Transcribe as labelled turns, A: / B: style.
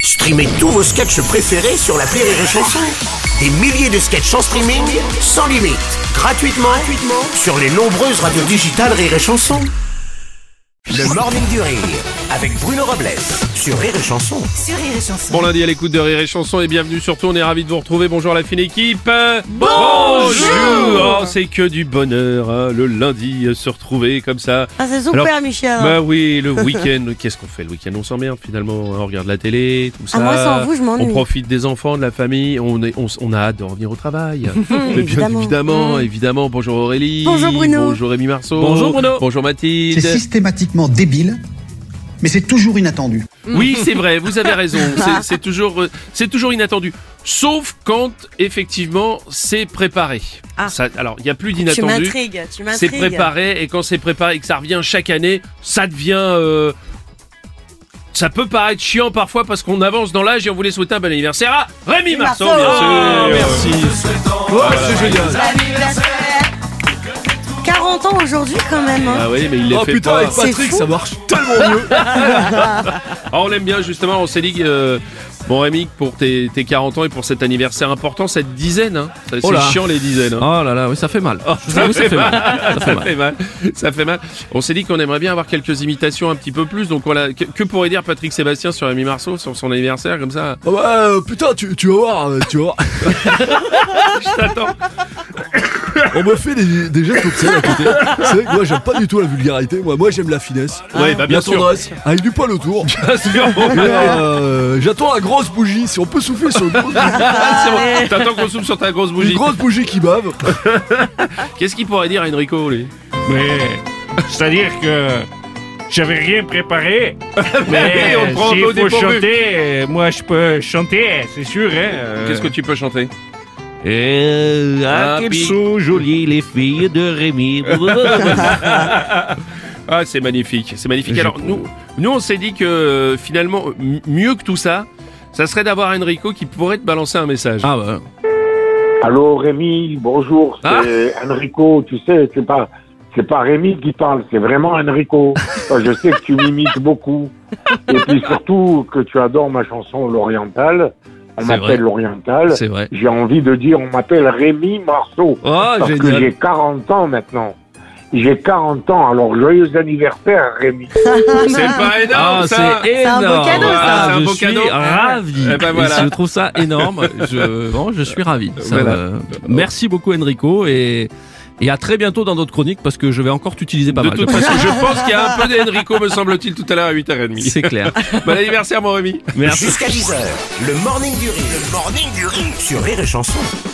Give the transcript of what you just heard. A: Streamez tous vos sketchs préférés sur la Rire et Chanson. Des milliers de sketchs en streaming, sans limite, gratuitement, gratuitement sur les nombreuses radios digitales Rire et Chanson. Le Morning du Rire, avec Bruno Robles, sur Rire et Chanson.
B: Bon lundi à l'écoute de Rire et Chanson et bienvenue surtout, on est ravis de vous retrouver. Bonjour la fine équipe. Euh, Bonjour. Oh, c'est que du bonheur hein, le lundi euh, se retrouver comme ça.
C: Ah, c'est super,
B: Alors,
C: Michel.
B: Bah oui, le week-end, qu'est-ce qu'on fait le week-end On s'emmerde finalement, hein, on regarde la télé, tout ça.
C: Ah, moi, sans vous, je m'ennuie.
B: On profite des enfants, de la famille, on, est, on, s- on a hâte de revenir au travail. Mais
C: évidemment. Mm.
B: Bien évidemment, évidemment. Bonjour Aurélie.
C: Bonjour Bruno.
B: Bonjour Rémi Marceau.
D: Bonjour Bruno.
B: Bonjour Mathilde.
E: C'est systématiquement débile, mais c'est toujours inattendu.
B: Oui, c'est vrai, vous avez raison. C'est- C'est toujours, euh, c'est toujours inattendu. Sauf quand, effectivement, c'est préparé.
C: Ah.
B: Ça- alors, il n'y a plus
C: tu
B: d'inattendu.
C: m'intrigues, tu m'intrigues.
B: C'est préparé, et quand c'est préparé et que ça revient chaque année, ça devient. euh, ça peut paraître chiant parfois parce qu'on avance dans l'âge et on voulait souhaiter un bon anniversaire à Rémi Marceau,
C: Marceau.
B: bien sûr.
D: Ah,
B: merci. Oh, c'est génial.
C: Anniversaire. 40 ans aujourd'hui, quand même. hein.
B: Ah oui, mais il l'est
D: Oh
B: fait
D: putain,
B: pas.
D: avec
C: C'est
D: Patrick,
C: fou.
D: ça marche tellement mieux.
B: Ah, on l'aime bien justement, on s'éligue. euh, bon Rémi, pour tes, tes 40 ans et pour cet anniversaire important, cette dizaine, hein, Ça- c'est
D: Oh là.
B: chiant les dizaines. hein.
D: Oh là là, oui, ça fait mal. Je vous
B: Ça
D: avoue,
B: fait mal, ça
D: fait
B: fait mal, ça fait mal. On s'est dit qu'on aimerait bien avoir quelques imitations un petit peu plus. Donc on l'a- que, que pourrait dire Patrick Sébastien sur Rémi Marceau sur son anniversaire comme ça
D: Oh bah, euh, putain, tu, tu vas voir, euh, tu vas voir.
B: Attends,
D: On me fait des, des gestes obscènes à côté. C'est vrai que moi, j'aime pas du tout la vulgarité. Moi, moi j'aime la finesse.
B: Ouais, bah, bien
D: la
B: sûr.
D: tendresse, Ah, avec du poil autour.
B: bien sûr.
D: Et, euh, J'attends la grosse bougie. Si on peut souffler sur une grosse bougie,
B: C'est bon. T'attends qu'on soupe sur ta grosse
D: une
B: bougie.
D: grosse bougie qui bave.
B: Qu'est-ce qu'il pourrait dire à Enrico lui
F: Mais c'est-à-dire que j'avais rien préparé.
B: oui,
F: Mais
B: on te prend un
F: s'il
B: peu au
F: faut
B: dépourvu.
F: chanter, euh, moi je peux chanter, c'est sûr. Hein, euh.
B: Qu'est-ce que tu peux chanter
F: Euh, ah,
B: Ah,
F: qu'elles
B: puis-
F: sont jolies les filles de Rémi.
B: Ah, c'est magnifique, c'est magnifique.
F: Je
B: Alors, nous, nous, on s'est dit que euh, finalement, m- mieux que tout ça, ça serait d'avoir Enrico qui pourrait te balancer un message.
D: Ah bah.
G: Allô Rémi, bonjour,
D: Ah.
G: c'est Enrico, tu sais, c'est pas c'est pas Rémi qui parle, c'est vraiment Enrico. Moi, Je sais que tu m'imites beaucoup. Et puis surtout que tu adores ma chanson L'Oriental. On
D: C'est vrai.
G: m'appelle L'Oriental.
D: C'est vrai.
G: J'ai envie de dire on m'appelle Rémi Marceau.
D: Oh,
G: Parce que
D: génial.
G: j'ai 40 ans maintenant. J'ai 40 ans, alors joyeux anniversaire Rémi.
B: C'est pas énorme,
D: Ah,
B: ça
D: c'est énorme.
C: beau cadeau, ça.
B: Ah, c'est un
D: je
B: beau
D: suis
B: cadeau.
D: ravi.
B: Eh ben voilà.
D: je trouve ça énorme. Je, bon, je suis ravi. Ça,
B: Voilà.
D: euh, merci beaucoup Enrico et et à très bientôt dans d'autres chroniques parce que je vais encore t'utiliser pas
B: de
D: mal.
B: toute façon, je pense qu'il y a un peu d'Enrico, me semble-t-il, tout à l'heure à 8h30.
D: C'est clair.
B: Bon anniversaire, mon Rémi.
D: Merci.
A: Jusqu'à 10h, le Morning du Rire, le Morning du Rire, sur Rire et Chanson.